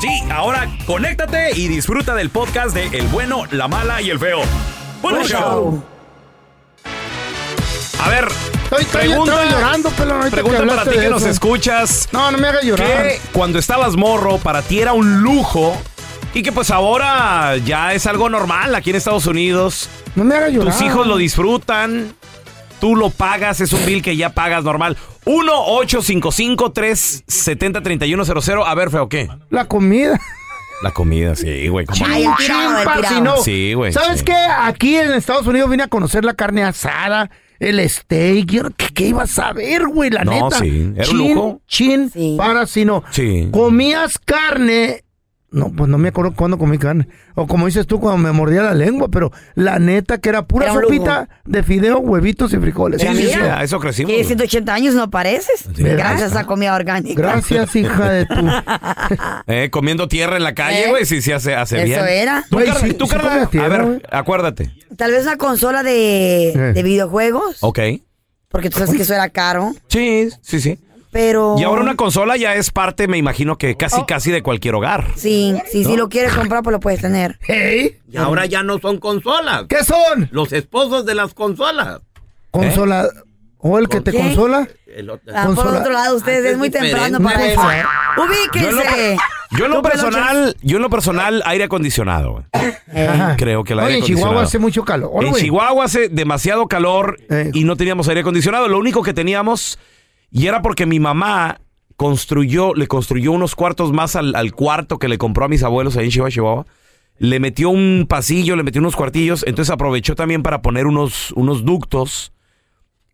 Sí, ahora conéctate y disfruta del podcast de El bueno, la mala y el feo. Buen Buen show. A ver, Estoy, estoy- pregunta, estoy llorando, pelón. ahorita pregunta que para hablaste ti de que nos eso. escuchas. No, no me hagas llorar. que cuando estabas morro para ti era un lujo y que pues ahora ya es algo normal aquí en Estados Unidos. No me hagas llorar. Tus hijos lo disfrutan, tú lo pagas, es un bill que ya pagas normal. 1-855-370-3100. A ver, feo, ¿qué? La comida. La comida, sí, güey. ¿cómo no? Ay, el tirado, el Chimpa, si no. tirado. Sí, güey, ¿Sabes sí. qué? Aquí en Estados Unidos vine a conocer la carne asada, el steak. Yo, ¿qué, qué iba a saber, güey? La No, neta. sí, era un chin, lujo. Chin, Sí. para si no. Sí. Comías carne. No, pues no me acuerdo cuándo comí carne. O como dices tú, cuando me mordía la lengua, pero la neta que era pura Era un lujo. sopita de fideo, huevitos y frijoles. Sí, sí, sí, Mira. a eso crecimos. Que 180 años no pareces. Sí. Gracias a comida orgánica. Gracias, hija de tu. Eh, comiendo tierra en la calle, Eh, güey, sí, sí, hace, hace eso bien. era. Tú, Güey, Carla- sí, tú, sí Carla, comía tierra, a ver, güey. acuérdate. Tal vez una consola de, Eh. de videojuegos. Ok. Porque tú sabes que eso era caro. Sí, sí, sí. Pero. Y ahora una consola ya es parte, me imagino que casi, Oh. casi de cualquier hogar. Sí, sí, si lo quieres comprar, pues lo puedes tener. ¿Eh? Y ahora ya no son consolas. ¿Qué son? Los esposos de las consolas. ¿eh? Consola. ¿O el que te ¿Qué? consola? El otro- Ah, por Consola. ¿eh? otro lado, ustedes Antes es muy diferente. temprano para eso. Ubíquense. Yo en lo Tú, pelochas. personal, yo en lo personal, aire acondicionado. güey. Eh. Ajá. Creo que el Oye, aire en Chihuahua acondicionado. hace mucho calor, en güey. Chihuahua hace demasiado calor Eh. y no teníamos aire acondicionado. Lo único que teníamos, y era porque mi mamá construyó, le construyó unos cuartos más al, al cuarto que le compró a mis abuelos ahí en Chihuahua, Chihuahua. Le metió un pasillo, le metió unos cuartillos, entonces aprovechó también para poner unos, unos ductos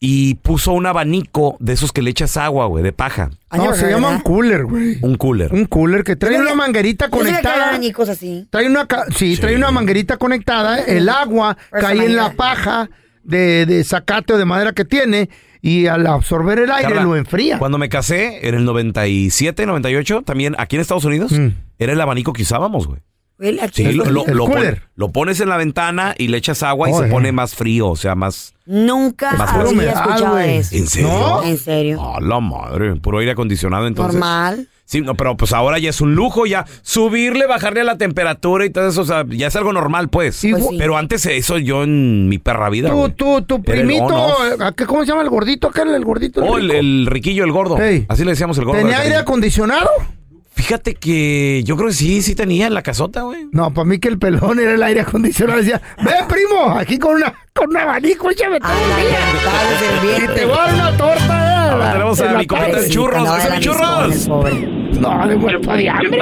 y puso un abanico de esos que le echas agua, güey, de paja. Ah, No, se llama un cooler, güey. Un cooler. Un cooler que trae Yo una sabía- manguerita conectada. Y cosas así. Trae una ca- sí, trae una manguerita conectada, el agua Pero cae esa en la manguera. paja de, de zacate o de madera que tiene y al absorber el aire Carla, lo enfría. Cuando me casé en el 97, 98, también aquí en Estados Unidos, Mm. era el abanico que usábamos, güey. Él aquí- Sí, lo, lo- El lo pon- cooler. lo pones en la ventana y le echas agua y Oh, se yeah. pone más frío, o sea, más... Nunca Más había humedad, escuchado Ah, güey. eso. ¿En serio? ¿No? En serio. A la madre, puro aire acondicionado entonces. Normal. Sí, no, pero pues ahora ya es un lujo, ya subirle, bajarle a la temperatura y todo eso, o sea, ya es algo normal, pues. Pues sí. Pero antes eso yo en mi perra vida. Tú, güey. tú, tu Era el primito, on-off. eh, ¿a qué- ¿cómo se llama el gordito acá? El gordito. el Oh, el, rico? el riquillo, el gordo. Ey. Así le decíamos el gordo. ¿Tenía de aire cariño. acondicionado? Fíjate que yo creo que sí, sí tenía en la casota, güey. No, para mí que el pelón era el aire acondicionado. Decía, ven, primo, aquí con una con un abanico, échame todo el día. Y te voy a dar una torta. eh, Ahora tenemos en a la Nicolás tarde. del Churros. ¿Qué son churros? No, le voy a de hambre.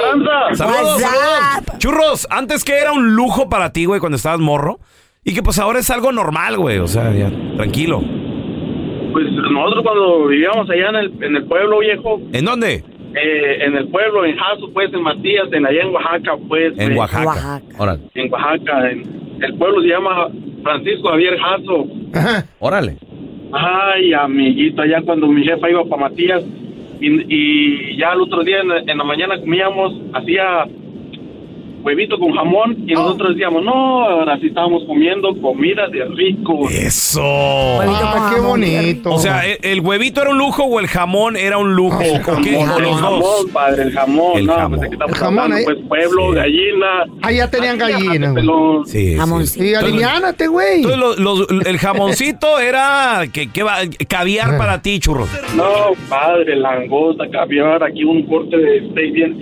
Saludos, What's saludos. Churros, antes que era un lujo para ti, güey, cuando estabas morro. Y que pues ahora es algo normal, güey. O sea, ya, tranquilo. Pues nosotros cuando vivíamos allá en el, en el pueblo viejo, ¿En dónde? eh, en el pueblo, en Jaso, pues, en Matías, en allá en Oaxaca, pues. En eh, Oaxaca. Oaxaca. Órale. En Oaxaca, en- el pueblo se llama Francisco Javier Jaso. Ajá. Órale. Ay, amiguito, allá cuando mi jefa iba para Matías y, y ya el otro día en, la- en la mañana comíamos, hacía huevito con jamón y nosotros decíamos, no, ahora sí estábamos comiendo comida de rico. Eso. Ah, qué bonito. O sea, e- el huevito era un lujo o el jamón era un lujo. el ¿O qué? jamón, O los el dos. jamón, padre, el jamón, El no, jamón. pues de qué estamos El jamón, eh. hablando, ahí- pues pueblo, Sí. gallina. Allá tenían Así, gallinas, güey. pelón. Sí, sí. Jamoncito. Y aliviánate, güey. Entonces, los- los- el jamoncito era que, que va, caviar para ti, churros. No, padre, langosta, caviar, aquí un corte de steak bien.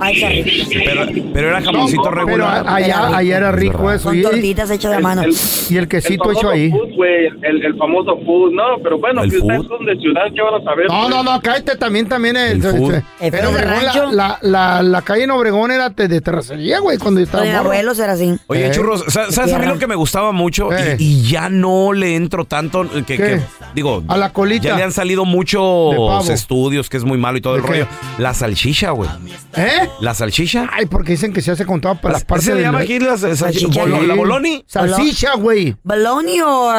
Ay, qué rico. Pero, pero era No, jamoncito Pero regular. a- allá, allá era rico eso. Con Y, tortitas hechas de mano. y el el quesito famoso hecho ahí. Food, güey, el, el famoso food, no, pero bueno, ¿El si ustedes food? son de ciudad, ¿qué van a saber? No, no, no, cállate también, también. El, El food. El este, en food de Obregón, la, rancho. la, la, la calle en Obregón era te- de terracería, güey, cuando yo Con estaba el morro. abuelo era así. Oye, Eh. churros, ¿sabes sabes a mí lo que me gustaba mucho? Y- Eh. Y, ya no le entro tanto, eh, que, ¿Qué? que- digo, A la colita. ya le han salido De muchos pavo. estudios, que es muy malo y todo ¿De el qué? rollo. La salchicha, güey. ¿Eh? ¿La salchicha? Ay, porque dicen que se hace con todas las ¿Qué partes se del- llama aquí la sal- salchicha? Salchicha. Bolo- ¿La boloni? Salsicha, güey. Bologna o...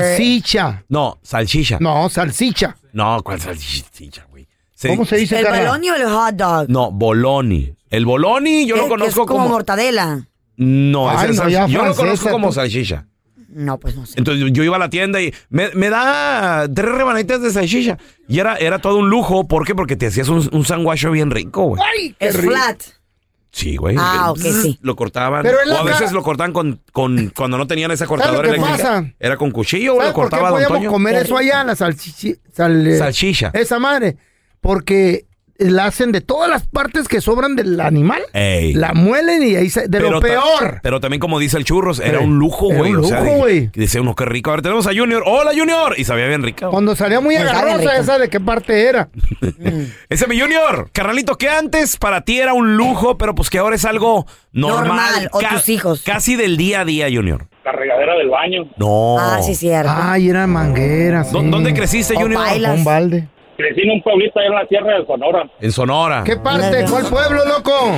Salsicha. No, salchicha. No, No, salsicha. ¿cuál salchicha, güey? ¿Cómo se dice, ¿El carnal? bologna o el hot dog? No, boloni. El boloni yo Que- lo que es conozco como como... mortadela. No, ese Ay, es no, sal- ya yo lo francesa, conozco como tú. salchicha. No, pues no sé. Entonces yo iba a la tienda y me, me da tres rebanitas de salchicha. Y era, era todo un lujo. ¿Por qué? Porque te hacías un, un sanguacho bien rico, güey. Ay, qué Es rico. flat. Sí, güey. Ah, ok, sí. Lo cortaban. Pero en la o a veces cara- lo cortaban con, con cuando no tenían esa lo cortadora que eléctrica. pasa? Era con cuchillo, güey. ¿Sabes Lo por qué cortaba Don podíamos Toño. comer eso allá, la salchicha? sal- eh, Salchicha. Esa madre. Porque la hacen de todas las partes que sobran del animal. Ey. La muelen y ahí se, de lo ta- peor. Pero también, como dice el churros, era Ey, un lujo, era güey. un o sea, lujo, de- güey. que Decía uno, qué rico. A ver, tenemos a Junior. ¡Hola, Junior! Y sabía bien rico. Cuando salía muy Me sabe agarrosa rico. esa de qué parte era. Ese es mi Junior. Carnalito, que antes para ti era un lujo, pero pues que ahora es algo normal. Normal, o Ca- tus hijos. Casi del día a día, Junior. La regadera del baño. No. Ah, sí, cierto. Ay, era manguera. ¿Dó- sí. ¿Dónde creciste, O Junior? baila. Un balde. Crecí en un pueblito allá en la Sierra de Sonora, En Sonora. ¿Qué parte? Claro. ¿Cuál pueblo, loco?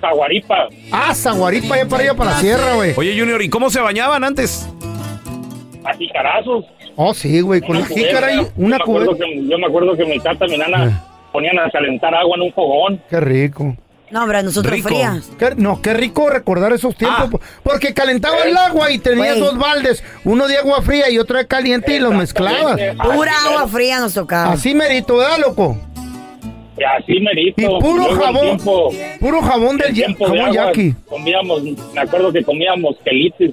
Taguaripa. Ah, Zaguaripa, allá para allá, para la sierra, güey. Oye, Junior, ¿y cómo se bañaban antes? Así carazos. Oh, sí, güey, con la Una cubeta. jícara y Yo me una acuerdo cubeta. Ah. que- Yo me acuerdo que mi tata, mi nana, ponían a calentar agua en un fogón. Qué rico. No, hombre, nosotros Rico. frías. Qué- no, qué rico recordar esos tiempos. Ah. po- Porque calentaba el agua y tenías Güey. dos baldes, uno de agua fría y otro de caliente y los mezclabas. Pura agua fría nos tocaba. Así merito, ¿verdad, loco? Y así merito. Y puro Luego el jabón. tiempo- Puro jabón del el ya- tiempo de jabón agua, yaqui. Comíamos, me acuerdo que comíamos quelites.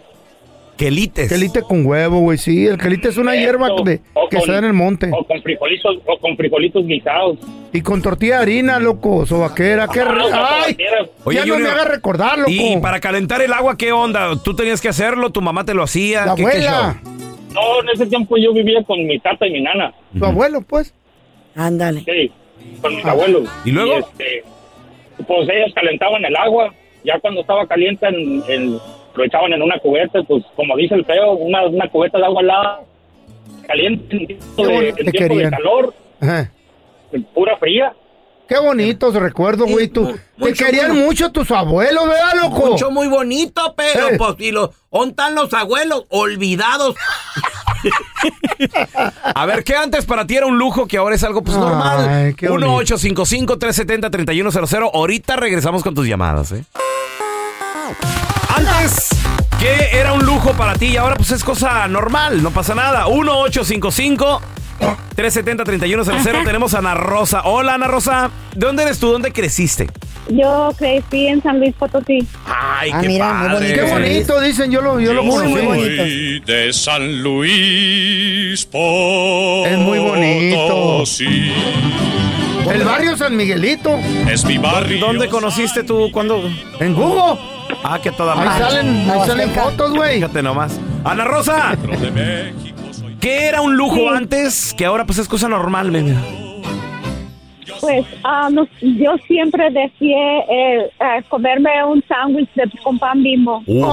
Quelites. Quelite con huevo, güey, sí. El quelite es una hierba Esto, de- o que con- se da en el monte. O con frijolitos, o con frijolitos guisados. Y con tortilla de harina, loco, sobaquera. Qué Ah, rico. una ¡Ay! sobaquera. Oye, ya no me Junior, hagas recordar, loco. Y para calentar el agua, ¿qué onda? ¿Tú tenías que hacerlo? ¿Tu mamá te lo hacía? La ¿Qué- qué abuela, No, en ese tiempo yo vivía con mi tata y mi nana. tu abuelo, pues. Ah. Ándale. Sí, con mis abuelos. ¿Y luego? este, pues ellos calentaban el agua. Ya cuando estaba caliente, en- en- lo echaban en una cubeta. Pues como dice el feo, una, una cubeta de agua helada caliente en tiempo, Qué de, bonito en tiempo de querían. calor, Ajá. en pura fría. Qué bonitos recuerdos, güey. Tú, te querían mucho tus abuelos, ¿verdad, loco? Mucho muy bonito, pero Eh. pues y los ontan los abuelos olvidados. show? A ver, ¿qué antes para ti era un lujo que ahora es algo pues Ay, normal? qué bonito. 1-855-370-3100. Ahorita regresamos con tus llamadas, ¿eh? Antes, ¿qué era un lujo para ti? Y ahora pues es cosa normal, no pasa nada. 1-855... 370-3100. Tenemos a Ana Rosa. Hola, Ana Rosa. ¿De dónde eres tú? ¿Dónde creciste? Yo crecí en San Luis Potosí. Ay, Ah, qué mira, muy padre. Qué bonito, dicen, yo lo, yo lo conocí. Soy de San Luis Potosí. Es muy bonito. El barrio San Miguelito. Es mi barrio. ¿Dónde conociste tú? ¿Cuándo? En Google. Ah, que toda Ahí madre. salen, ahí salen fotos, güey. Fíjate nomás. Ana Rosa. ¿Qué era un lujo antes? Que ahora pues es cosa normal, men. Pues ah, no, yo siempre deseé eh, eh, comerme un sándwich de- con pan bimbo. Siempre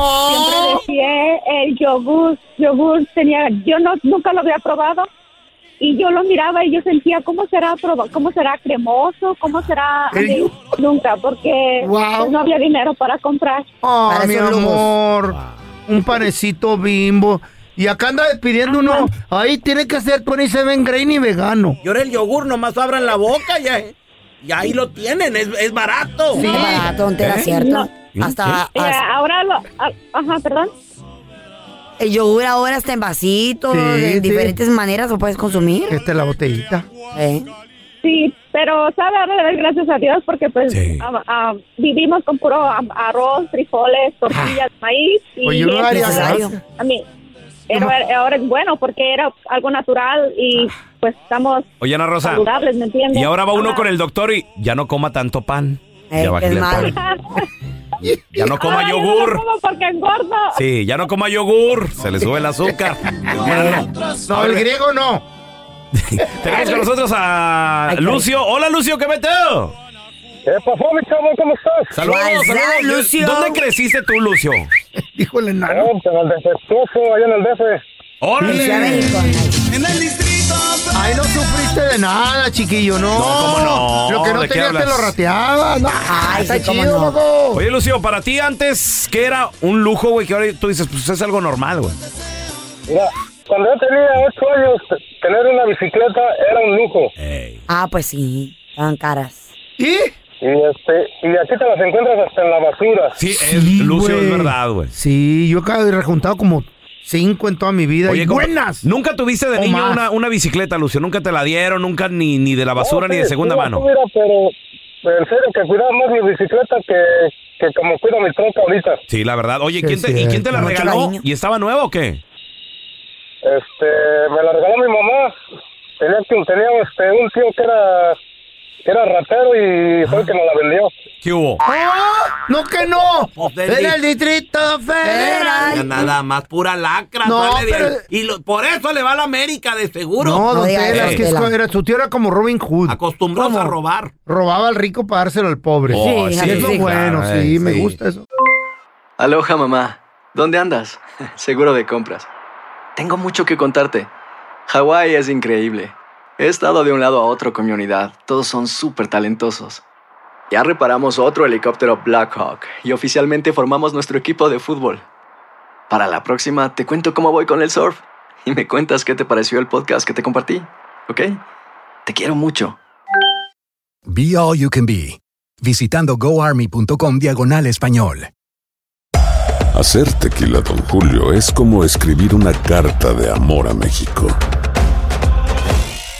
deseé el yogur. Yogur tenía, yo no, nunca lo había probado. Y yo lo miraba y yo sentía, ¿cómo será proba- cómo será cremoso? ¿Cómo será? El- Nunca, porque Wow. pues, no había dinero para comprar. Ah, mi esos lujos. amor. Ah. Un panecito bimbo. Y acá anda pidiendo uno. Ahí tiene que ser 27 grain y vegano. Ah, Y ahora el yogur nomás abran la boca ya, y ahí lo tienen, es, es barato. No, barato, ¿dónde ¿Eh? era cierto? Hasta, Eh, hasta- ahora lo, ah, ajá, perdón. el yogur ahora está en vasitos, Sí, en sí. diferentes maneras lo puedes consumir. Esta es la botellita. Eh. Sí, pero sabe ahora le doy gracias a Dios porque pues Sí. am- am, vivimos con puro am- arroz, frijoles, Ah. tortillas, maíz y Oye, yo no es haría necesario. nada. a mí. Pero Nomás- ahora es bueno porque era algo natural y pues estamos Ah. Oye, Ana Rosa. saludables, ¿me entiendes? Y ahora va uno Ajá. con el doctor y ya no coma tanto pan. Eh, ya bájale es el malo. pan. Ya no coma Ahora yo no yogur. como porque engordo. Sí, ya no coma yogur. Se le sube el azúcar. eh. No, el griego no. Tenemos con nosotros a Ay, Lucio. Hola, Lucio, ¿qué meteo? ¿Cómo estás? Saludos, Pues What's up, saludos. Lucio? ¿Dónde creciste tú, Lucio? Dijo el enano. pues, En el defectuoso, allá en el DF. Fui a ¡Órale! México, ay. Ahí no sufriste de nada, chiquillo, no. ¿cómo no? Lo que no ¿De qué tenías te hablas? lo rateabas. No, Ay, está sí, cómo chido, no. loco. Oye, Lucio, para ti antes, ¿qué era un lujo, güey? Que ahora tú dices, pues es algo normal, güey. Mira, cuando yo tenía ocho años, t- tener una bicicleta era un lujo. Ah, pues sí, estaban caras. ¿Y? Y este, y aquí te las encuentras hasta en la basura. Sí, es- Sí, Lucio, güey. es verdad, güey. Sí, yo acabo de rejuntado como cinco en toda mi vida. y compa, buenas. ¿Nunca tuviste de O niño más. una, una bicicleta, Lucio? ¿Nunca te la dieron? ¿Nunca ni, ni de la basura No, ni sí, de segunda sí, mano? Mira, pero en serio que cuidaba más mi bicicleta que, que como cuido mi troca ahorita. Sí, la verdad. Oye, Sí, ¿quién es te, ¿y quién te la cierto. Mucho regaló? cariño. ¿Y estaba nueva o qué? Este, me la regaló mi mamá. Tenía, que- tenía este, un tío que era, que era ratero y fue el que me la vendió. ¿Qué hubo? ¡Ah! ¡No que no! Oh, Pues, del ¡Era di- el Distrito Ya Federal! Nada más, pura lacra. No, sale de ahí. pero- Y lo- por eso le va a la América, de seguro. No, No don diga Tela, eso, es que es Tela. co- era, su tío era como Robin Hood. Acostumbrados a robar. Robaba al rico para dárselo al pobre. Oh, Y Sí, es sí, lo sí. bueno, claro, sí, eh, me sí. gusta eso. Aloha mamá, ¿dónde andas? Seguro de compras. Tengo mucho que contarte. Hawái es increíble. He estado de un lado a otro con mi unidad. Todos son súper talentosos. Ya reparamos otro helicóptero Blackhawk y oficialmente formamos nuestro equipo de fútbol. Para la próxima te cuento cómo voy con el surf y me cuentas qué te pareció el podcast que te compartí, ¿ok? Te quiero mucho. Be All You Can Be. Visitando goarmy.com diagonal español. Hacer tequila, Don Julio, es como escribir una carta de amor a México.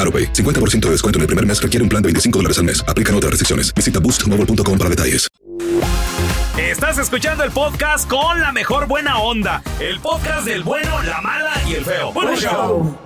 AroPay. 50% de descuento en el primer mes requiere un plan de 25 dólares al mes. Aplican otras restricciones. Visita boostmobile.com para detalles. Estás escuchando el podcast con la mejor buena onda. El podcast del bueno, la mala y el feo. ¡Buen show!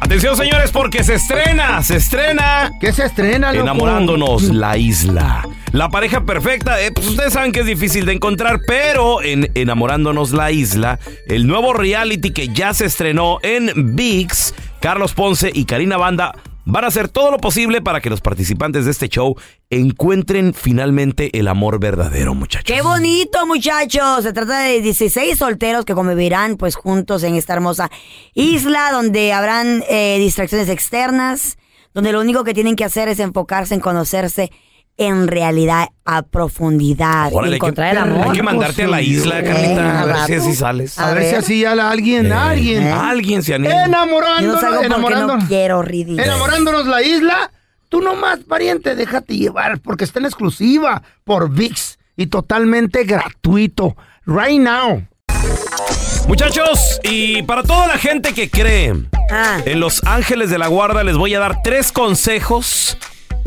Atención, señores, porque se estrena, se estrena ¿Qué se estrena, loco? Enamorándonos la isla. La pareja perfecta, eh, pues ustedes saben que es difícil de encontrar, pero en Enamorándonos la Isla, el nuevo reality que ya se estrenó en VIX, Carlos Ponce y Karina Banda van a hacer todo lo posible para que los participantes de este show encuentren finalmente el amor verdadero, muchachos. Qué bonito, muchachos. Se trata de 16 solteros que convivirán pues juntos en esta hermosa isla donde habrán eh, distracciones externas, donde lo único que tienen que hacer es enfocarse en conocerse en realidad a profundidad, y Órale, hay que- encontrar el Hay amor. que mandarte a la isla, Venga, Carlita, a ver si vato. así sales. Eh, A, ver si así ya la- alguien, alguien. Alguien se anima. Enamorándonos, Yo salgo porque enamorándonos. no quiero, ridículo. Enamorándonos la isla. Tú nomás, pariente, déjate llevar porque está en exclusiva por VIX y totalmente gratuito. Right now. Muchachos, y para toda la gente que cree en los ángeles de la guarda, les voy a dar tres consejos.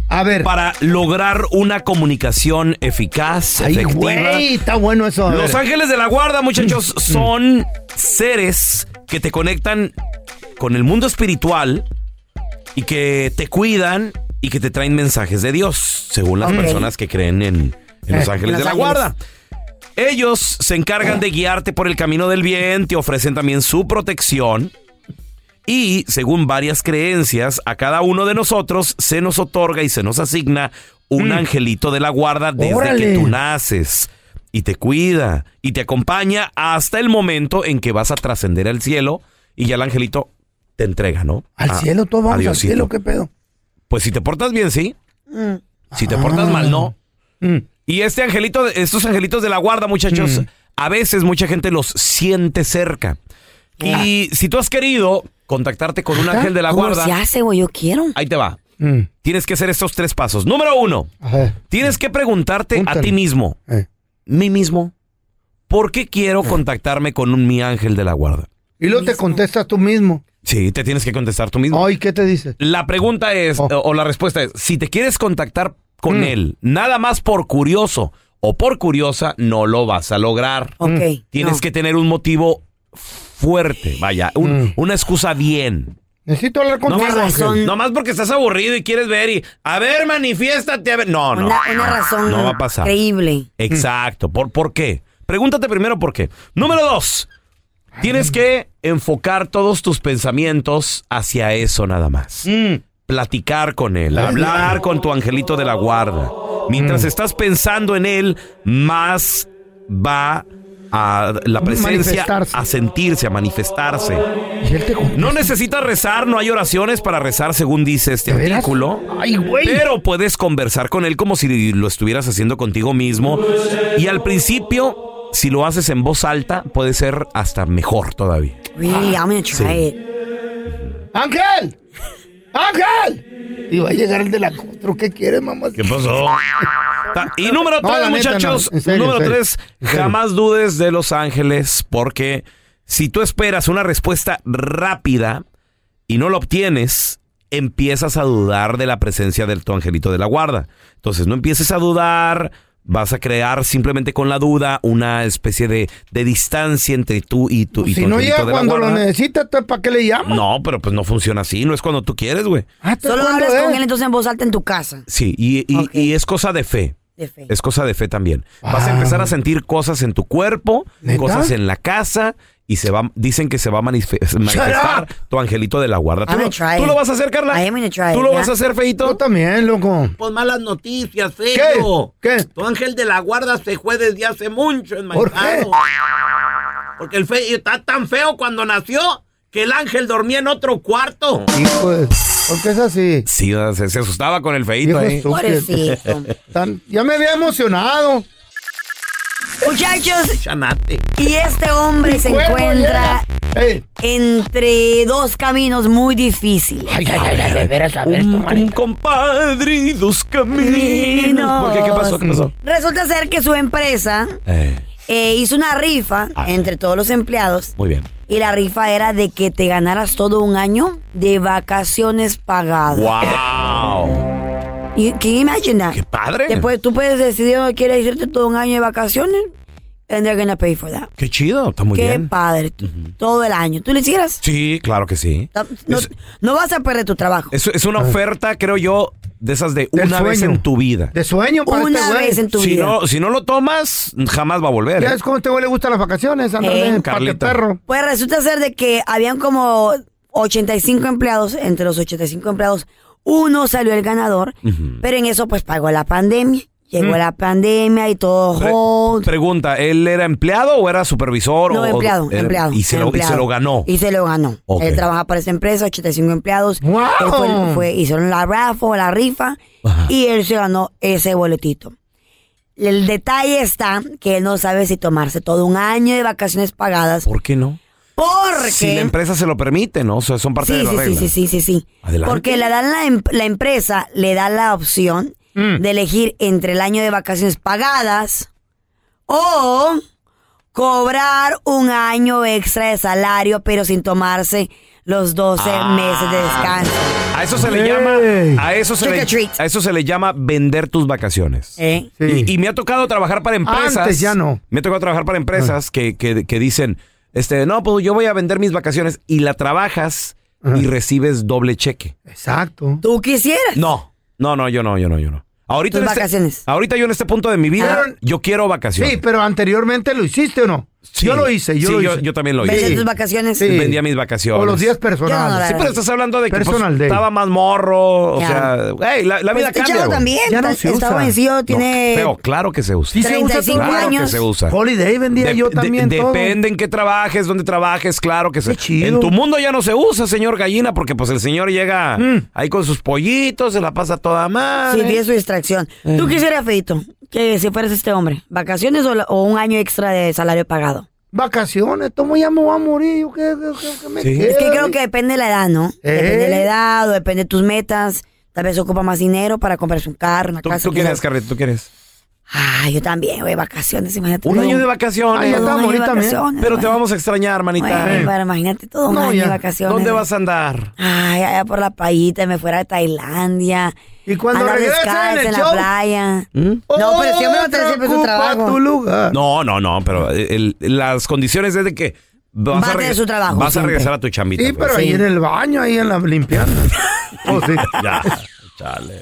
A ver. Para lograr una comunicación eficaz, efectiva. Güey, está bueno eso. a Los ver. Mm, ángeles de la guarda, muchachos, son seres que te conectan con el mundo espiritual y que te cuidan y que te traen mensajes de Dios, según las Ok. personas que creen en, en los Eh, ángeles Los de la Ángeles. guarda. Ellos se encargan de guiarte por el camino del bien, te ofrecen también su protección. Y según varias creencias, a cada uno de nosotros se nos otorga y se nos asigna un angelito de la guarda desde Mm. que Órale. tú naces. Y te cuida y te acompaña hasta el momento en que vas a trascender al cielo y ya el angelito te entrega, ¿no? Al A- cielo, todos a vamos al Diosito. cielo, qué pedo. Pues si te portas bien, sí. Mm. Si te Ah. portas mal, no. Y este angelito, estos angelitos de la guarda, muchachos, Mm. a veces mucha gente los siente cerca. Y si tú has querido contactarte con un ángel de la Ah. ¿Cómo guarda, se hace, Mm. güey? Yo quiero. ahí te va. Tienes que hacer estos tres pasos. Número uno, Mm. tienes que preguntarte a ti mismo, Eh. mí mismo, ¿por qué quiero contactarme con un, mi ángel de la guarda? Y luego te contestas tú mismo. Sí, te tienes que contestar tú mismo. Ay, ¿qué te dice? Oh. La pregunta es, o- o la respuesta es, si te quieres contactar Mm. con él, nada más por curioso o por curiosa, no lo vas a lograr. Ok. Tienes no. que tener un motivo fuerte, vaya, Mm. un- una excusa bien. Necesito hablar No contigo. más, Ángel. no más porque estás aburrido y quieres ver y, a ver, manifiéstate, a ver. No, no. Una, una razón No va a pasar. creíble. Exacto. ¿Por, ¿Por qué? Pregúntate primero por qué. Número dos. Tienes que enfocar todos tus pensamientos hacia eso nada más. Mm. Platicar con él, hablar con tu angelito de la guarda. Mientras Mm. estás pensando en él, más va a la presencia Manifestarse. a sentirse, a manifestarse. No necesitas rezar, no hay oraciones para rezar, según dice este artículo. Ay, güey. Pero puedes conversar con él como si lo estuvieras haciendo contigo mismo. Y al principio, si lo haces en voz alta, puede ser hasta mejor todavía. Really, I'm gonna try Ah, Sí. it. ¡Ángel! ¡Ángel! Y va a llegar el de la cuatro. ¿Qué quieres, mamá? ¿Qué pasó? Ta- Y número No, tres, la neta, muchachos. no. En serio, número en serio. tres, En serio. jamás dudes de Los Ángeles, porque si tú esperas una respuesta rápida y no la obtienes, empiezas a dudar de la presencia del tu angelito de la guarda. Entonces, no empieces a dudar. Vas a crear simplemente con la duda una especie de, de distancia entre tú y tu, y Pues Si tu no angelito llega de la cuando lo guarda. necesitas, ¿tú ¿para qué le llamas? No, pero pues no funciona así. No es cuando tú quieres, güey. Solo hablas con él entonces en voz alta en tu casa. Sí, y, y- y es cosa de fe. De fe. Es cosa de fe también. Ah. Vas a empezar a sentir cosas en tu cuerpo, cosas en la casa, y se va, dicen que se va a manife- manifestar tu angelito de la guarda. Tú I'm lo, gonna try tú it. lo vas a hacer, Carla. I am gonna try ¿Tú it, lo ¿ya? vas a hacer, feito? Yo también, loco. Pues malas noticias, feo. ¿Qué? Tu ángel de la guarda se fue desde hace mucho en Porque el feo está tan feo cuando nació que el ángel dormía en otro cuarto. Hijo de- ¿Por qué es así? Sí, se, se asustaba con el feito. Viejo ahí. estúpido. Tan- ya me había emocionado. Muchachos, Chanate. Y este hombre se Bueno, encuentra entre dos caminos muy difíciles. un, un compadre y dos caminos. ¿Por qué? ¿Qué pasó? ¿Qué pasó? Resulta ser que su empresa Eh, eh, hizo una rifa entre todos los empleados Ah. muy bien. y la rifa era de que te ganaras todo un año de vacaciones pagadas. ¡Wow! Y- ¿Quién imagina? ¡Qué padre! tú puedes decidir, no quieres irte todo un año de vacaciones, and they're gonna pay for that. ¡Qué chido! Está muy ¡Qué bien. padre! t- Todo el año. ¿Tú lo hicieras? Ah. Sí, claro que sí. No, no vas a perder tu trabajo. Es, es una oferta, creo yo, de esas de Ah. Del una vez sueño. en tu vida. De sueño para Una este güey. vez en tu si No, si no lo tomas, jamás va a volver. Ya ¿eh? es como a este güey le gustan las vacaciones, andar Eh, de parque Carlita. perro. Pues resulta ser de que habían como 85 empleados, entre los 85 empleados, uno salió el ganador, pero en eso pues pagó la pandemia. Llegó la pandemia y todo Pre- hold. pregunta, ¿él era empleado o era supervisor? No, o, empleado, era- empleado, Eh, Y se, lo, y empleado. se lo ganó. Y se lo ganó. Ok. Él trabaja para esa empresa, 85 empleados. Él fue- fue- hicieron la rafa o la rifa y él se ganó ese boletito. El detalle está que él no sabe si tomarse todo un año de vacaciones pagadas. ¿Por qué no? Porque Si la empresa se lo permite, ¿no? O sea, son parte Sí, de la sí, sí, regla. sí, sí, sí, sí. Adelante. Porque la, dan la, em- la empresa le da la opción Mm. de elegir entre el año de vacaciones pagadas o cobrar un año extra de salario, pero sin tomarse los 12 Ah. meses de descanso. A eso se le llama, a eso se Trick le, or treat. a eso se le llama vender tus vacaciones. ¿Eh? Y, y me ha tocado trabajar para empresas. Antes ya no. Ah. Me ha tocado trabajar para empresas que, que- que dicen, este, no, pues yo voy a vender mis vacaciones y la trabajas y recibes doble cheque. Exacto. ¿Tú quisieras? No, no, no, yo no, yo no, yo no. Ahorita, Tus en este- vacaciones. ahorita yo en este punto de mi vida, Ah. yo quiero vacaciones. Sí, pero anteriormente lo hiciste o no? Yo lo hice, yo Sí, lo yo- hice. yo también lo hice. ¿Vendías tus vacaciones? Sí. Vendía mis vacaciones. O los días Yo no, personales. la Sí, pero estás hablando de que pues, Personal day. estaba más morro, o Ya. sea, güey, la, la vida Pues, cambia. Chavo güey. también, Ya no está- se está usa. vencido, tiene... Pero claro que se usa. Sí se usa 35 claro que años. se usa. Holiday vendía yo también todo. Depende en qué trabajes, dónde trabajes, claro que se chido. En tu mundo ya no se usa, señor gallina, porque pues el señor llega Mm. ahí con sus pollitos, se la pasa toda madre. Sí, tiene su distracción. Eh. ¿Tú quisieras, Feito, que si fueras este hombre, vacaciones o, la- o un año extra de salario pagado? Vacaciones, tomo ya me voy a morir. Yo qué, qué- qué- qué me queda? Es que creo que depende de la edad, ¿no? Depende de la Eh. edad o depende de tus metas. Tal vez ocupa más dinero para comprarse un carro, una ¿Tú, casa. tú quizás. quieres, Carrito? ¿Tú quieres? Ay, Ah, yo también, güey, vacaciones, imagínate. Un todo. año de vacaciones. Ay, yo estaba Un año de bonita, vacaciones, man. Pero te vamos a extrañar, manita. Güey, pero imagínate todo un No, año ya. de vacaciones. ¿Dónde güey. vas a andar? Ay, allá por la playita, me fuera a Tailandia. Y cuando andar regresen, descalza el en la show. playa. ¿Mm? No, pero siempre va a tener siempre su Otra ocupa trabajo. tu lugar. No, no, no, pero el- las condiciones es de que vas Va a tener regre- su trabajo Vas a siempre. regresar a tu chambita. Sí, pues. pero ahí en el baño, ahí en la limpiando. Oh, sí. Ya, chale.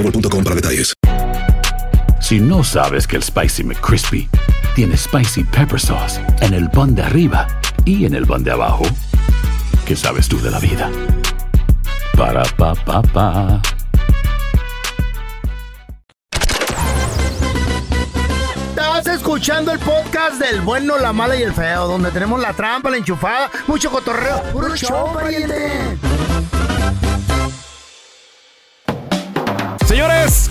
para detalles. Si no sabes que el Spicy McCrispy tiene spicy pepper sauce en el pan de arriba y en el pan de abajo, ¿qué sabes tú de la vida? Para pa pa pa. Estás escuchando el podcast del bueno, la mala y el feo, donde tenemos la trampa, la enchufada, mucho cotorreo. ¡Puro show, pariente! Señores,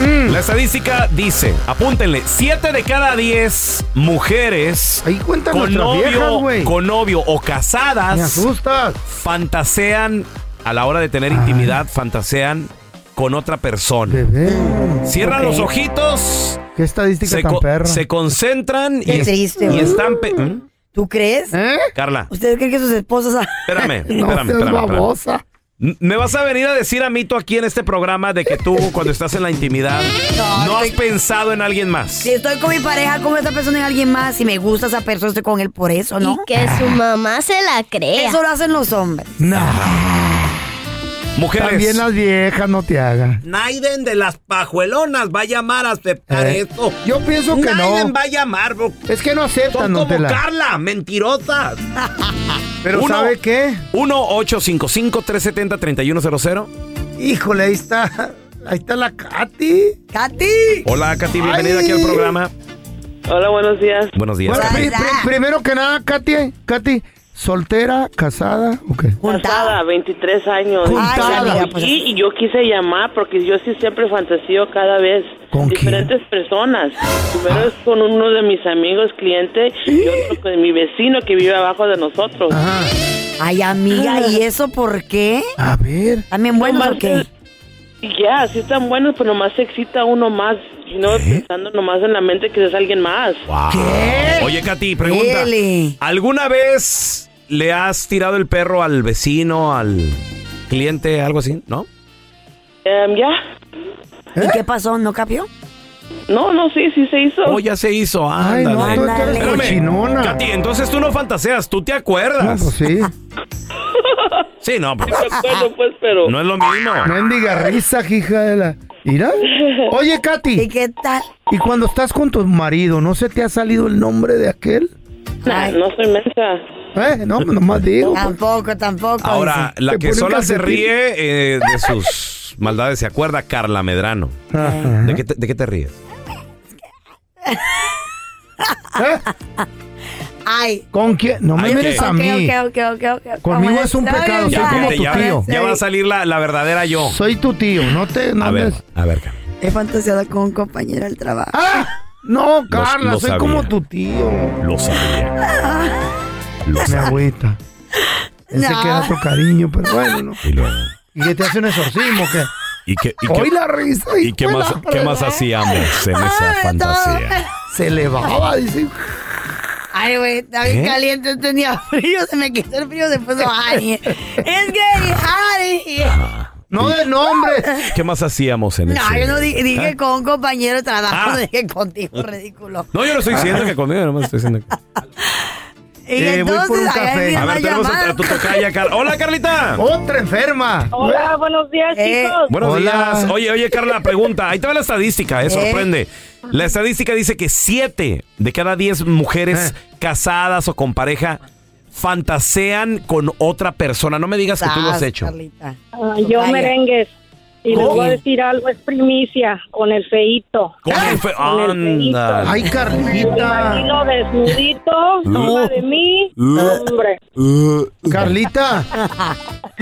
Mm. la estadística dice, apúntenle, 7 de cada 10 mujeres con nuestras novio, viejas, güey. con novio o casadas Me asustas. fantasean a la hora de tener intimidad, fantasean con otra persona. Cierran Ok. los ojitos, ¿Qué estadística se, tan co- perra? se concentran y, Qué es- triste, y güey. están... pe- ¿Mm? ¿Tú crees? ¿Eh? Carla, ¿Ustedes creen que sus esposas... espérame, espérame, espérame, espérame. N- ¿Me vas a venir a decir a mí tú aquí en este programa de que tú cuando estás en la intimidad no, has pensado en alguien más? Si estoy con mi pareja, con esa persona en alguien más, si me gusta esa persona, estoy con él por eso, ¿no? Y que su mamá se la cree. Eso lo hacen los hombres. Mujeres. También las viejas no te hagan. Naiden de las pajuelonas va a llamar a aceptar Eh, esto. Yo pienso que no. Naiden va a llamar, bro. Es que no aceptan, Son don como Tela. Carla, mentirosas. Pero ¿sabe qué? 1-855-370-3100. Híjole, ahí está. Ahí está la Katy. ¡Katy! Hola, Katy, bienvenida aquí al programa. Hola, buenos días. Buenos días. Bueno, Katy. pri- pri- primero que nada, Katy, Katy, ¿soltera, casada o qué? Casada, 23 años. Juntada. Ay, amiga, pues- Y, y yo quise llamar porque yo sí siempre fantaseo cada vez. ¿Con diferentes personas. Primero es con uno de mis amigos, cliente, y otro con mi vecino que vive abajo de nosotros. Ay, amiga, ¿y eso por qué? A ver. ¿También buenos o qué? Y ya, sí están buenos, pero nomás se excita uno más, you know, pensando nomás en la mente que es alguien más. eh. Oye, Katy, pregunta. Dele. ¿Alguna vez le has tirado el perro al vecino, al cliente, algo así? ¿No? Em, ya. ¿Eh? ¿Y qué pasó? ¿No capió? No, no, sí, sí se hizo. Oh, ya se hizo. Ay, Ándale. no, tú eres Espérame. cochinona. Katy, entonces tú no fantaseas, tú te acuerdas. pues sí. Sí, no, pues. pero... No es lo mismo. Mendiga risa, hija de la. Mira. Oye, Katy. ¿Y qué tal? ¿Y cuando estás con tu marido, no se te ha salido el nombre de aquel? Nah, no soy mensa. Eh, no, nomás digo. Tampoco, tampoco. Ahora, dice. la Te que ponen sola se calcetín. ríe eh, de sus maldades se acuerda, Carla Medrano. Ah, Ajá. ¿De qué, te, de qué te ríes? Ay. ¿Con quién? No me Ay, mires ok, a mí. ok, ok, ok, ok. Conmigo Como es un estoy pecado, soy ya. como tu ya, tío. ya va a salir la, la verdadera yo. Soy tu tío, no te. No A ver, andes- a ver, Carla. He fantaseado con un compañero del trabajo. Ah, No, Carla, lo soy sabía. como tu tío. Lo sabía. Lo Me sabía. agüita. Ese No. que era tu cariño, pero bueno, ¿no? Y, luego, ¿Y que te hace un exorcismo o qué? ¿y qué, y qué- Hoy la risa. ¿Y qué hijo de más, la qué fregada. más hacíamos en esa fantasía? Se le bajaba, dice. Ay, güey, está bien ¿Eh? caliente, tenía frío, se me quitó el frío, se puso ay. Es Ah, que No de nombre. ¿Qué más hacíamos en ese? No, yo no di- dije ¿Ah? con un compañero de trabajo, Ah. dije contigo, ridículo. No, yo no estoy diciendo que conmigo, nomás estoy diciendo. que- Y Eh, Eh, entonces, ay, mira, A ver, la tenemos a, llamada. a tu tocaya, Carla. Hola, Carlita. Otra enferma. Hola, buenos días, Eh, chicos. Buenos días. Oye, oye, Carla, pregunta. Ahí te va la estadística, eh, ¿Eh? sorprende. La estadística dice que 7 de cada 10 mujeres Eh. casadas o con pareja fantasean con otra persona. No me digas que tú lo has Sas, hecho. Carlita. Ah, yo Vaya. merengues. Y les ¿Cómo? voy a decir algo, es primicia, con el feíto. Con Ah. el fe- Ándale. Ay, Me lo imagino desnudito, encima de mí. Hombre. Carlita,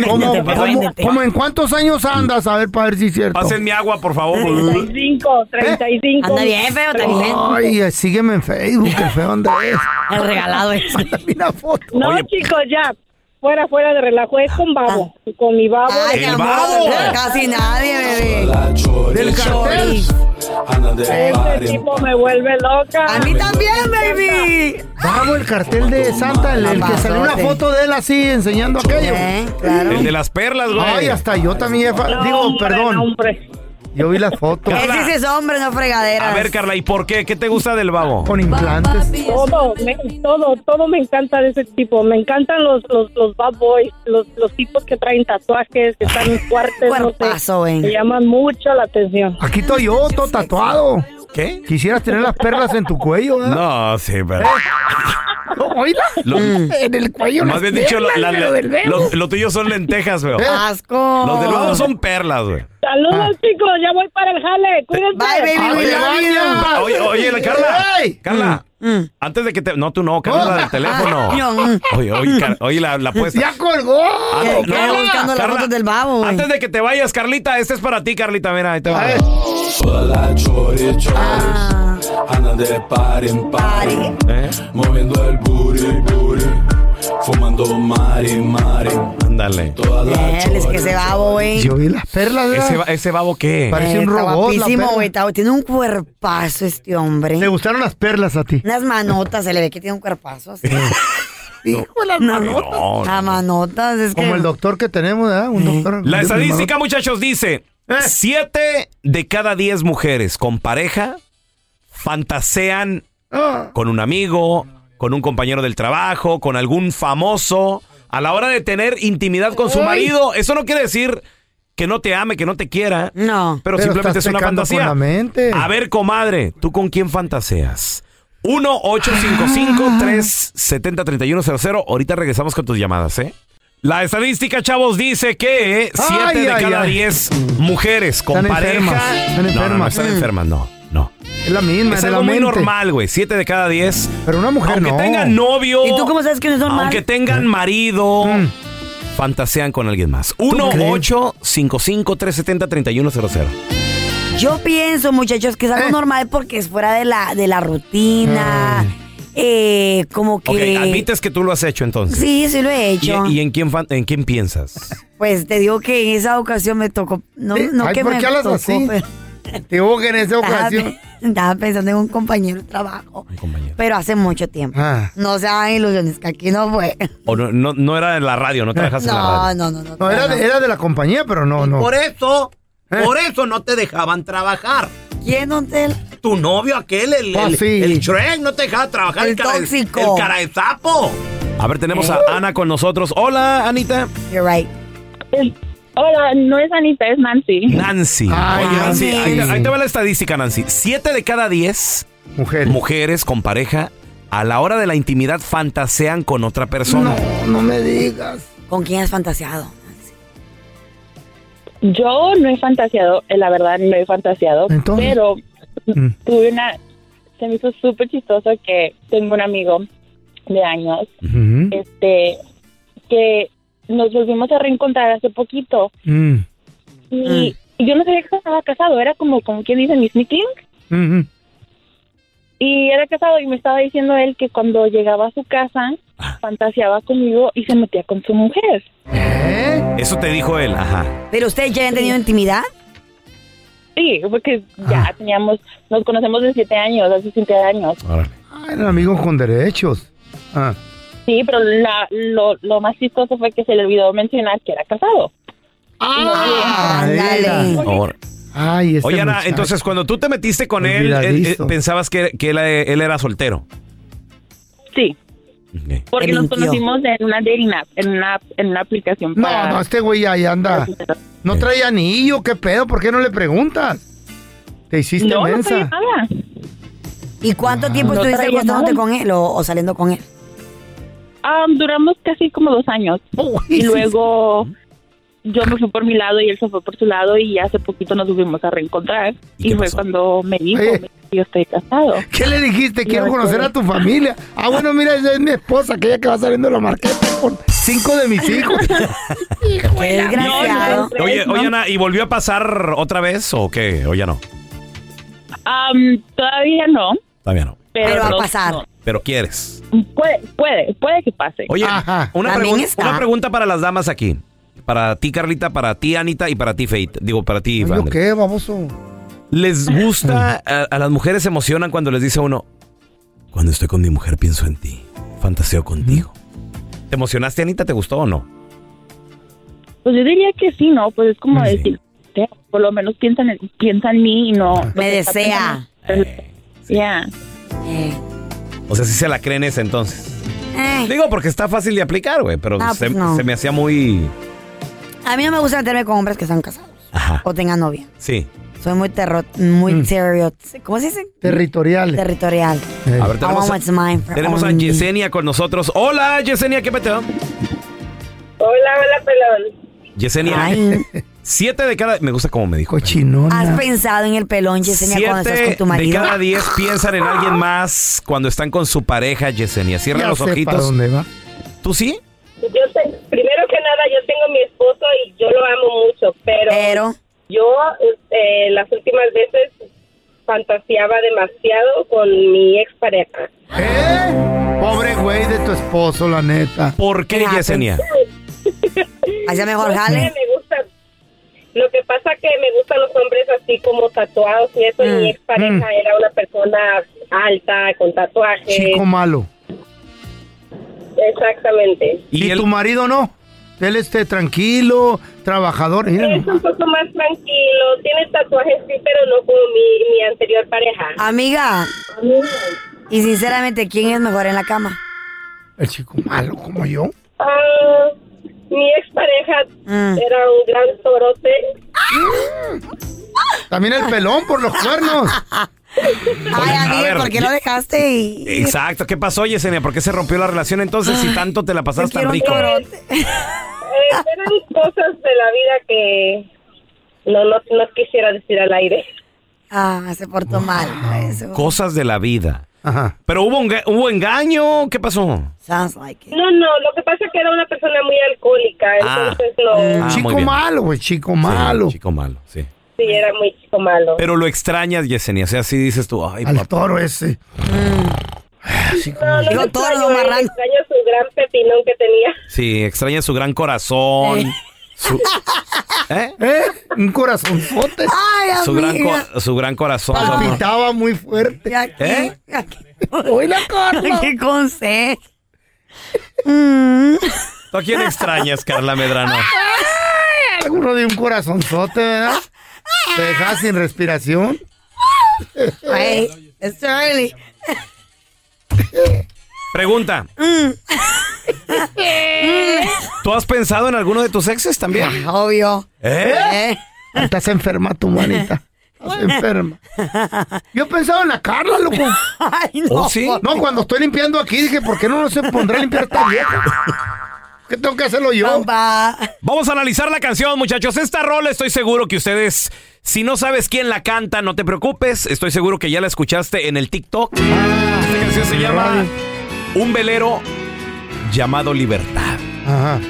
¿cómo, Véndete, pues, cómo- véndete. cómo en cuántos años andas? A ver, para ver si es cierto. Pásenme agua, por favor. 35, 35. Anda bien feo también. Ay, sígueme en Facebook, qué feo anda es. El regalado es. Una foto. No, chicos, ya. Fuera, fuera de relajo. Es con babo. Con mi babo. Ah. Ay, mi amor, Casi nadie, bebé. Del cartel. Este tipo me vuelve loca. A mí también, baby. Vamos, el cartel de Santa, el, el que salió una foto de él así enseñando aquello. ¿eh? El de las perlas, güey. Ay, hasta yo también. fa- Digo, perdón. Yo vi las fotos. Ese sí es hombre, no fregadera. A ver, Carla, ¿y por qué? ¿Qué te gusta del babo? Con implantes. Todo, me, todo, todo me encanta de ese tipo. Me encantan los, los, los bad boys, los, los tipos que traen tatuajes, que están fuertes, Cuerpazo, no sé. güey. Me llaman mucho la atención. Aquí estoy yo, todo tatuado. ¿Qué? Quisieras tener las perlas en tu cuello, ¿verdad? No, sí, pero. Oíla. Lo- Mm. en el cuello. Más las bien dicho, lo, perlas, la- la- pero del bebo. lo- lo tuyo son lentejas, güey. Eh. Qué Asco. Los del babo son perlas, güey. Saludos, chicos. Ya voy para el jale. Cuídense. Bye, baby. Ah. Oye, baby. oye, oye, la Carla. Ey. Carla, antes de que te. No, tú no, Carla, la del Mm, Ah, yo, teléfono. mm. Oye, oye, Car- oye, la, la puesta. ¡Ya colgó! Ah, no, Que anda Carla, buscando las Carla, fotos del babo, güey. Antes de que te vayas, Carlita, este es para ti, Carlita. Mira, ahí te va. de par en par, ¿Eh? moviendo el booty, booty, fumando mari, mari. Ándale. Él es que ese babo, güey. Yo vi las perlas, ¿verdad? ¿Ese, ba- ese babo qué? Parece un Está robot. la guapísimo, perla. güey. está- Tiene un cuerpazo este hombre. ¿Te gustaron las perlas a ti? Unas manotas, se le ve que tiene un cuerpazo así. Hijo, las manotas. No, Las manotas, es que. Como el doctor que tenemos, ¿verdad? Un doctor. La de estadística, muchachos, dice: Eh. 7 de cada 10 mujeres con pareja fantasean Ah. con un amigo, con un compañero del trabajo, con algún famoso. A la hora de tener intimidad con su Ay. marido, eso no quiere decir que no te ame, que no te quiera, No. pero, Pero simplemente es estás una pecando con fantasía. la mente. A ver, comadre, ¿tú con quién fantaseas? Ah. 1 855 370 3100 Ahorita regresamos con tus llamadas, ¿eh? La estadística, chavos, dice que Ah. 7 Ay, de ay, cada ay. 10 mujeres con Están pareja. enfermas, No, están no, no, enfermas. están Mm. enfermas, no. No. Es la misma, Es de la algo muy mente. normal, güey. 7 de cada 10. Pero una mujer Aunque no. Mm. tengan novio. ¿Y tú cómo sabes que no es normal? Aunque tengan marido, fantasean con alguien más. crees? 1-855-370-3100. Yo pienso, muchachos, que es Eh. algo normal porque es fuera de la, de la rutina. Eh, como que. Ok, admites que tú lo has hecho entonces. Sí, sí lo he ¿Y- hecho. ¿Y, en, quién fan- en quién piensas? Pues te digo que en esa ocasión me tocó. No, Eh, no ay, que ¿por me qué hablas tocó, así? pero- Te digo que en esa Estaba ocasión. pe- Estaba pensando en un compañero de trabajo. Pero hace mucho tiempo. Ah. No se hagan ilusiones, que aquí no fue. ¿O no, no, no era en la radio? ¿No trabajaste en la radio? No, no, no. no, No, era de, era de la compañía, pero no, ¿Eh? no. Por eso, por eso no te dejaban trabajar. ¿Quién, don Tel? Tu novio aquel, el, Ah, el, sí. el Shrek, no te dejaba trabajar. El cara de- tóxico. ¿Eh? el cara de sapo. A ver, tenemos a Ana con nosotros. Hola, Anita. You're right. Hola, no es Anita, es Nancy. Nancy. Ay, Oye, Nancy, Nancy. ahí, ahí te va la estadística, Nancy. Siete de cada diez mujeres. con pareja a la hora de la intimidad fantasean con otra persona. No me digas. ¿Con quién has fantaseado? Yo no he fantaseado, eh, la verdad no he fantaseado, pero tuve una, se me hizo súper chistoso que tengo un amigo de años, este, que nos volvimos a reencontrar hace poquito Mm, y Mm. yo no sabía que estaba casado, era como, como quien dice, mi sneak link. mm, Y era casado y me estaba diciendo él que cuando llegaba a su casa Ah. fantaseaba conmigo y se metía con su mujer. Eso te dijo él, ajá. ¿Pero ustedes ya han tenido intimidad? Sí, porque ya teníamos, nos conocemos de siete años, hace siete años. Ah, eran amigos con derechos. Ah. Sí, pero la- lo, lo más chistoso fue que se le olvidó mencionar que era casado. Ah. Ahora. Ay, este Oye, Ana, muchacho. entonces cuando tú te metiste con él, él- él- Olvidadizo. pensabas que, que él, eh, él era soltero. Sí. Porque Te nos mintió. conocimos en una dating app, en una, en una aplicación No, para... no, este güey ahí anda. Eh. No trae anillo, qué pedo, ¿por qué no le preguntas? Te hiciste No, no este mensa. traía ¿Y cuánto Ah. tiempo No estuviste traía acostándote nada. con él o, o saliendo con él? Ah, duramos casi como dos años. y luego yo me fui por mi lado y él se fue por su lado y hace poquito nos volvimos a reencontrar. ¿Y Y, qué fue pasó? cuando me dijo Oye. me dijo, yo estoy casado. ¿Qué le dijiste? Quiero conocer a tu familia. Ah, bueno, mira, esa es mi esposa, aquella que va saliendo de la marqueta con cinco de mis hijos. Desgraciado. Oye, oye, Ana, ¿y volvió a pasar otra vez o qué? O ya no. Am, todavía no, Todavía no. pero, Pero quieres. Puede, puede, puede que pase. Oye, Una, pregun- una pregunta para las damas aquí. Para ti, Carlita, para ti, Anita, y para ti, Fate. Digo, para ti, ¿Yo Vander. qué, baboso? ¿Les gusta? A, a las mujeres se emocionan cuando les dice uno, cuando estoy con mi mujer pienso en ti, fantaseo contigo. ¿Te emocionaste, Anita? ¿Te gustó o no? Pues yo diría que sí, ¿no? Pues es como decir, "Te- por lo menos piensa en, piensa en mí y no... Me desea. Eh, Ya. O sea, si se la creen ese entonces. Digo, porque está fácil de aplicar, güey, pero Ah, se, pues Eh. no. se me hacía muy... A mí no me gusta meterme con hombres que están casados o tengan novia. Sí. Soy muy terro... Muy serio. ¿Cómo se dice? Mm. Territorial. Territorial. A ver, Eh. I tenemos, want what's mine for a, tenemos a only. Yesenia con nosotros. Hola, Yesenia, ¿qué peteo? Hola, hola, pelón. Yesenia. Siete de cada... Me gusta cómo me dijo. ¿Has pensado en el pelón, Yesenia, cuando estás con Siete tu marido? de cada diez piensan en alguien más cuando están con su pareja, Yesenia. Cierra Ya los sé para ojitos. dónde va. ¿Tú sí? Yo te- primero que nada, yo tengo mi esposo y yo lo amo mucho, pero, yo este, eh, las últimas veces fantaseaba demasiado con mi expareja. Pobre güey de tu esposo, la neta. ¿Por qué, pues, Yesenia? Hacía mejor No sé, jale. me gusta. Lo que pasa que me gustan los hombres así como tatuados y eso. Mm, Mi expareja mm. era una persona alta, con tatuajes. eh, Chico malo. Exactamente. ¿Y, tu marido no? Él esté tranquilo, trabajador. Mira, Es un poco más tranquilo, tiene tatuajes sí, pero no como mi, mi anterior pareja. Amiga, y sinceramente, ¿quién es mejor en la cama? el chico malo como yo. Ah, mi expareja Mm. era un gran torote. También el pelón por los cuernos. Ay, amiga, ver, ¿por qué Ye- lo dejaste? Y... Exacto. ¿Qué pasó, Yesenia? ¿Por qué se rompió la relación entonces si tanto te la pasabas tan rico? pues, eh, eran cosas de la vida que no, no, no quisiera decir al aire. Ah, se portó mal. pues. Cosas de la vida. Pero hubo, enga- hubo engaño. ¿Qué pasó? Sounds like No, no, lo que pasa es que era una persona muy alcohólica, Ah. entonces no, Mm. Ah, chico muy bien. malo, güey, chico Sí, malo. chico malo, sí. sí, era muy chico malo. Pero lo extrañas, Yesenia. O sea, así dices tú. Ay, Al papá. toro eh. ese. no, no, Digo, lo todo extraño, lo eh, marrano. extraño su gran pepinón que tenía. Sí, extrañas su gran corazón. Su, ¿Eh? ¿Eh? Un corazonzote. Ay, su, gran, co- su gran corazón. amor. Palpitaba muy fuerte. ¿Eh? Hoy la Carla. ¡Qué consejo! Mm. ¿Tú a quién extrañas, Carla Medrano? Alguno de un corazonzote, ¿verdad? Te dejas sin respiración. Wait, it's too early. Pregunta. Mm. ¿Tú has pensado en alguno de tus exes también? Obvio. ¿Eh? Estás enferma tu manita. Estás enferma. Yo pensaba en la Carla, loco. no. ¿Oh, sí? No, cuando estoy limpiando aquí dije, ¿por qué no se pondrá a limpiar esta vieja? ¿Qué tengo que hacerlo yo? Vamos a analizar la canción, muchachos. Esta rola estoy seguro que ustedes, si no sabes quién la canta, no te preocupes. Estoy seguro que ya la escuchaste en el TikTok. Ah, Esta canción se llama Un velero llamado Libertad. Ajá.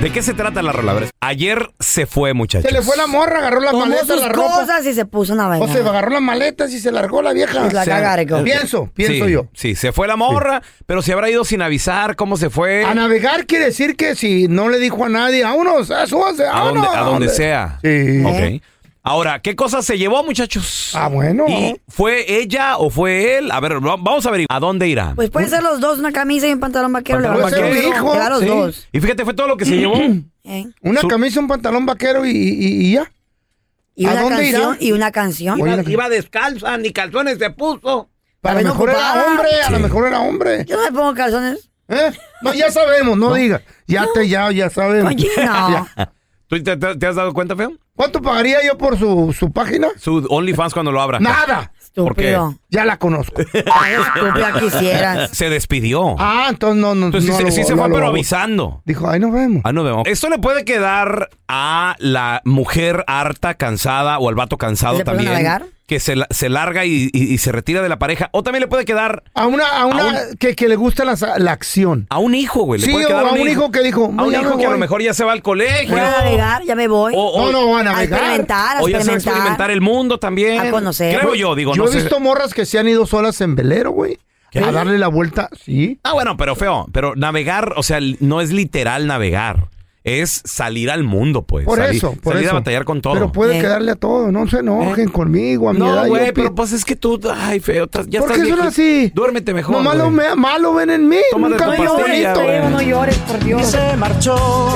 ¿De qué se trata la rola? A ver, Ayer se fue, muchachos. Se le fue la morra, agarró las Tomó maletas, sus la ropa. cosas y se puso una vaina. O se agarró las maletas y se largó la vieja. Pues la cagaré, Pienso, pienso eh, Sí, yo. Sí, se fue la morra, pero se habrá ido sin avisar cómo se fue. A navegar quiere decir que si no le dijo a nadie, a unos, a súbanse, a donde, vámonos, a donde sea. Ah, Sí. Ok. Ahora, ¿qué cosas se llevó, muchachos? Ah, bueno. ¿Y fue ella o fue él? A ver, va- vamos a ver a dónde irá. Pues pueden ser los dos, una camisa y un pantalón vaquero. Pantalón le va a vaquero. quedar- hijo, le va a los Sí. dos. Y fíjate, fue todo lo que se llevó. ¿eh? Una Su- camisa, un pantalón vaquero y, y- y ya. Y ¿A una dónde irá? canción, Y una canción. Oye, Iba, la que- iba descalza, ni calzones se puso. A lo También mejor era ocupada. hombre, a lo mejor era hombre. pues, Yo no me pongo calzones. ¿Eh? No, ya sabemos, no, digas. Ya te, ya, ya sabemos. Oye, no. Ya. ¿Tú te, te- te has dado cuenta, feo? ¿Cuánto pagaría yo por su, su página? Su OnlyFans cuando lo abra. Nada. ¿Por qué? Estúpido. Ya la conozco. Ay, estúpida quisieras. Se despidió. Ah, entonces no, no. Entonces no sí, se- lo- sí se no fue, lo- pero avisando. Dijo, ahí nos vemos. Ah, no vemos. Esto le puede quedar a la mujer harta, cansada o al vato cansado ¿Le puede también. navegar? Que se, la- se larga y, y- y se retira de la pareja. O también le puede quedar A una, a una A que, que le gusta la, la acción. a un hijo, güey. Le Sí, puede o quedar a un hijo que dijo, A un "Ya me hijo que a lo voy". mejor ya se va al colegio. Voy a navegar, ya me voy. O- o- No, no, van a a navegar. experimentar, a o ya se va a experimentar experimentar. el mundo también. A conocer. Creo yo, digo, "Eh, pues, Yo no he sé. visto morras que se han ido solas en velero, güey. A darle la vuelta, sí. Ah, bueno, pero feo. Pero navegar, o sea, no es literal navegar. Es salir al mundo, pues. Por salir, eso, por salir eso. a batallar con todo. ¿Eh? Pero puede Eh. quedarle a todo. No se enojen conmigo, a mi edad, No, yo güey, pi- pero pues es que tú, ay, feo, estás- ya ¿Por estás qué son viejito. así? Duérmete mejor. Nomás lo, güey. me- malo ven en mí. Toma de Nunca tu me veo pastilla, bonito. güey. Pero no llores, por Dios.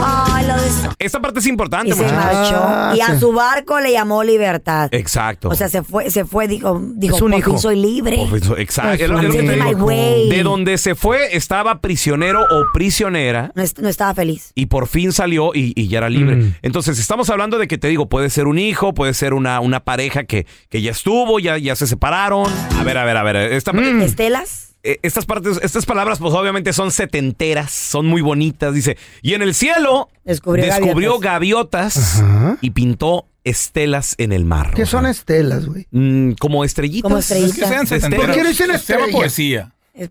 Ay, lo des- Esta parte es importante, Y se muchachos. Ah, marchó. Y a sí. su barco le llamó libertad. Exacto. O sea, se fue, se fue, dijo, dijo, Es un por hijo. fin soy libre. Por eso, Exacto. Es Es lo- es lo que te my digo. way. De donde se fue estaba prisionero o prisionera No, est- no estaba feliz. y por fin salió y, y ya era libre. Mm. Entonces, estamos hablando de que te digo, puede ser un hijo, puede ser una, una pareja que, que ya estuvo, ya, ya se separaron. A ver, a ver, a ver. Esta, Mm. Estelas. eh, estas partes, estas palabras, pues obviamente son setenteras, son muy bonitas. Dice, y en el cielo Descubrió descubrió gaviotas, Ajá. y pintó estelas en el mar. ¿Qué son estelas, güey? Mm, como estrellitas. Como estrellitas. Es que sean ¿Por setenteras. qué no dicen Se llama estrellas? poesía. Es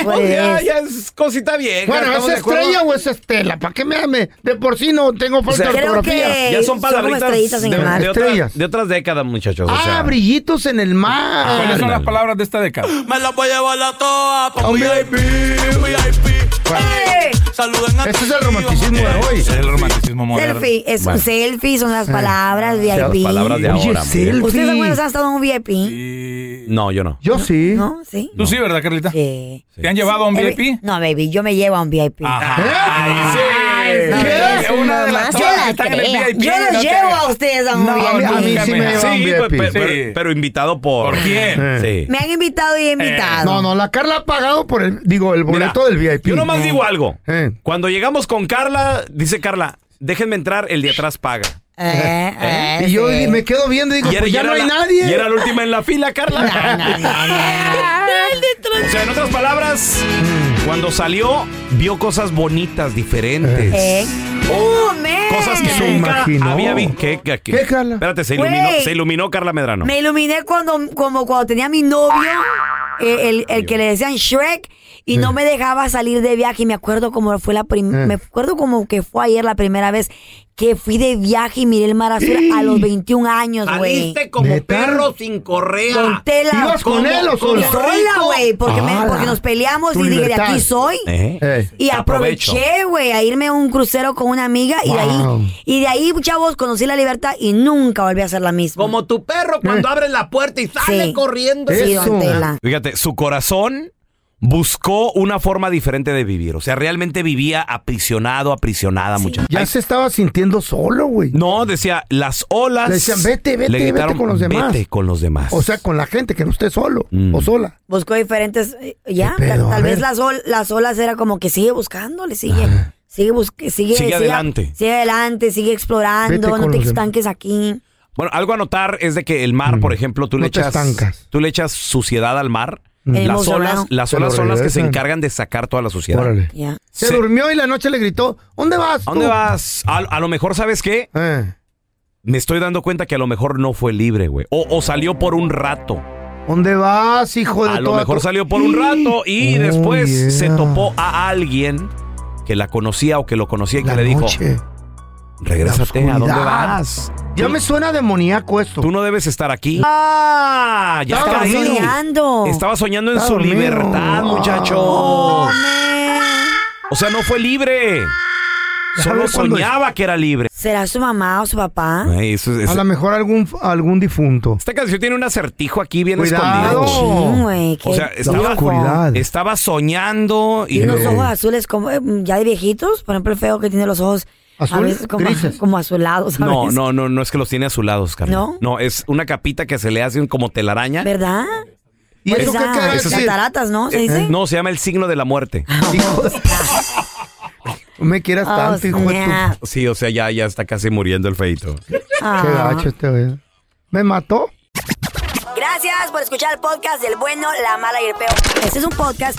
¿Eh? pues, Pues ya, ya es cosita vieja. Bueno, ¿es estamos de acuerdo. estrella o es estela? ¿Para qué me ame? De por sí no tengo falta sea, de creo ortografía. que- Ya son son como palabritas estrellitas en de, el mar. de otra- Estrellas. de otras décadas, muchachos. ah, o sea, brillitos en el ¿Cuáles mar. son las palabras de esta década? Me la voy a llevar la toa pa' un Hombre. VIP, VIP. ¡Eh! Saluden a Ese Este es el romanticismo de hoy. Este Es el romanticismo moderno. Selfie, es un Bueno. selfie, son las palabras las VIP. palabras de Oye, ahora. selfie. ¿Ustedes alguna vez han estado en un VIP? Y- No, yo no. Yo sí. ¿No? ¿Sí? ¿Tú sí, verdad, Carlita? Sí. Eh, ¿Te han llevado a un El- VIP? No, baby, yo me llevo a un VIP. Ajá. Ay, no, sí. es Una de mamá. las Yo chavas que la están en el creo. VIP. Yo los no te- llevo a ustedes a un No, VIP. A mí sí me Nunca llevan Sí, VIP. pe- pe- Sí. Pero, pero invitado por. ¿Por quién? Sí. Me han invitado y he invitado. Eh, No, no, la Carla ha pagado por el, digo, el Mira, boleto del VIP. Yo nomás digo algo. Eh. Cuando llegamos con Carla, dice Carla, déjenme entrar, el de atrás paga. Eh, eh, Y yo sí. me quedo viendo y digo, era- pues ya era no hay la- nadie. Y era la última en la fila, Carla. O sea, en otras palabras, cuando salió, vio cosas bonitas, diferentes. Eh. Cosas que Se nunca imaginó. había visto. ¿Qué, qué, qué? Espérate, se iluminó, Güey. se iluminó Carla Medrano. Me iluminé cuando, como cuando tenía mi novio, eh, el, el que le decían Shrek, y no me dejaba salir de viaje. Y me acuerdo como fue la prim- Eh. me acuerdo como que fue ayer la primera vez que fui de viaje y miré el mar azul a los 21 años, güey. Saliste como perro sin correa. Con tela. Como- como Sola, rico. güey, porque, me- Ala. porque nos peleamos Tu y Pues dije, de libertad. aquí soy. Eh. Eh. Y Aprovecho. aproveché, güey, a irme a un crucero con una amiga y de Wow. ahí, y de ahí, chavos, conocí la libertad y nunca volví a ser la misma. Como tu perro cuando abres la puerta y sale corriendo. Sí, don Eso. Tela. Fíjate, su corazón buscó una forma diferente de vivir. O sea, realmente vivía aprisionado, aprisionada, muchachos. Ya se estaba sintiendo solo, güey. No, decía, las olas. Le decían, vete, vete, le vete gritaron, con los demás. Vete con los demás. O sea, con la gente que no esté solo Mm. o sola. Buscó diferentes, eh, ya, ¿Qué pedo? tal, A tal vez ver. las, ol- las olas era como que sigue buscándole, sigue, sigue, busque, sigue, Sigue adelante. sigue adelante, sigue Vete explorando, con no te los demás. estanques aquí. Bueno, algo a notar es de que el mar, por ejemplo, tú le Mm. No te echas estancas. tú le echas suciedad al mar. Mm. El Las emocionado. olas, las Te lo olas son las que se regresan. encargan de sacar toda la suciedad. Órale. Se durmió y la noche le gritó, ¿dónde vas? ¿A dónde tú?" Eh. vas? A, a lo mejor, ¿sabes qué? Me estoy dando cuenta que a lo mejor no fue libre, güey. O, o salió por un rato. ¿Dónde vas, hijo de A lo toda mejor tu- salió por un rato y Oh, después yeah. se topó a alguien que la conocía o que lo conocía y que La le dijo, noche. regrésate, Eh, ¿a dónde Oscuridad. vas? Ya Tú- me suena demoníaco esto. Tú no debes estar aquí. Ah, ya Estaba caí. soñando. Estaba soñando en Estaba su dormido. Ah. libertad, muchacho. Oh, o sea, no fue libre. Ya Solo ves cuando- soñaba que era libre. ¿Será su mamá o su papá? Ay, eso es- A lo mejor algún, algún difunto. Esta canción tiene un acertijo aquí bien Cuidado. escondido. Sí, güey, qué o sea, estaba, oscuridad. estaba soñando y, Y unos ojos azules como eh, ya de viejitos, por ejemplo el feo que tiene los ojos a ¿Azules? veces como, ¿Grises? como azulados, ¿sabes? No, no, no, no es que los tiene azulados, Carmen. ¿No? es una capita que se le hace como telaraña. ¿Verdad? ¿Y eso Esas qué quiere decir? cataratas, ¿no? ¿Se Eh, dice? Ah, pues, No, se llama el signo de la muerte. Me quieras Oh, tanto, hijo de tu- snap. Sí, o sea, ya, ya está casi muriendo el feito. Ah. Qué gacho este, güey. ¿Me mató? Gracias por escuchar el podcast del bueno, la mala y el peor. Este es un podcast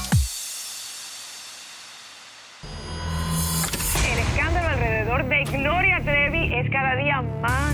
El escándalo alrededor de Gloria Trevi es cada día más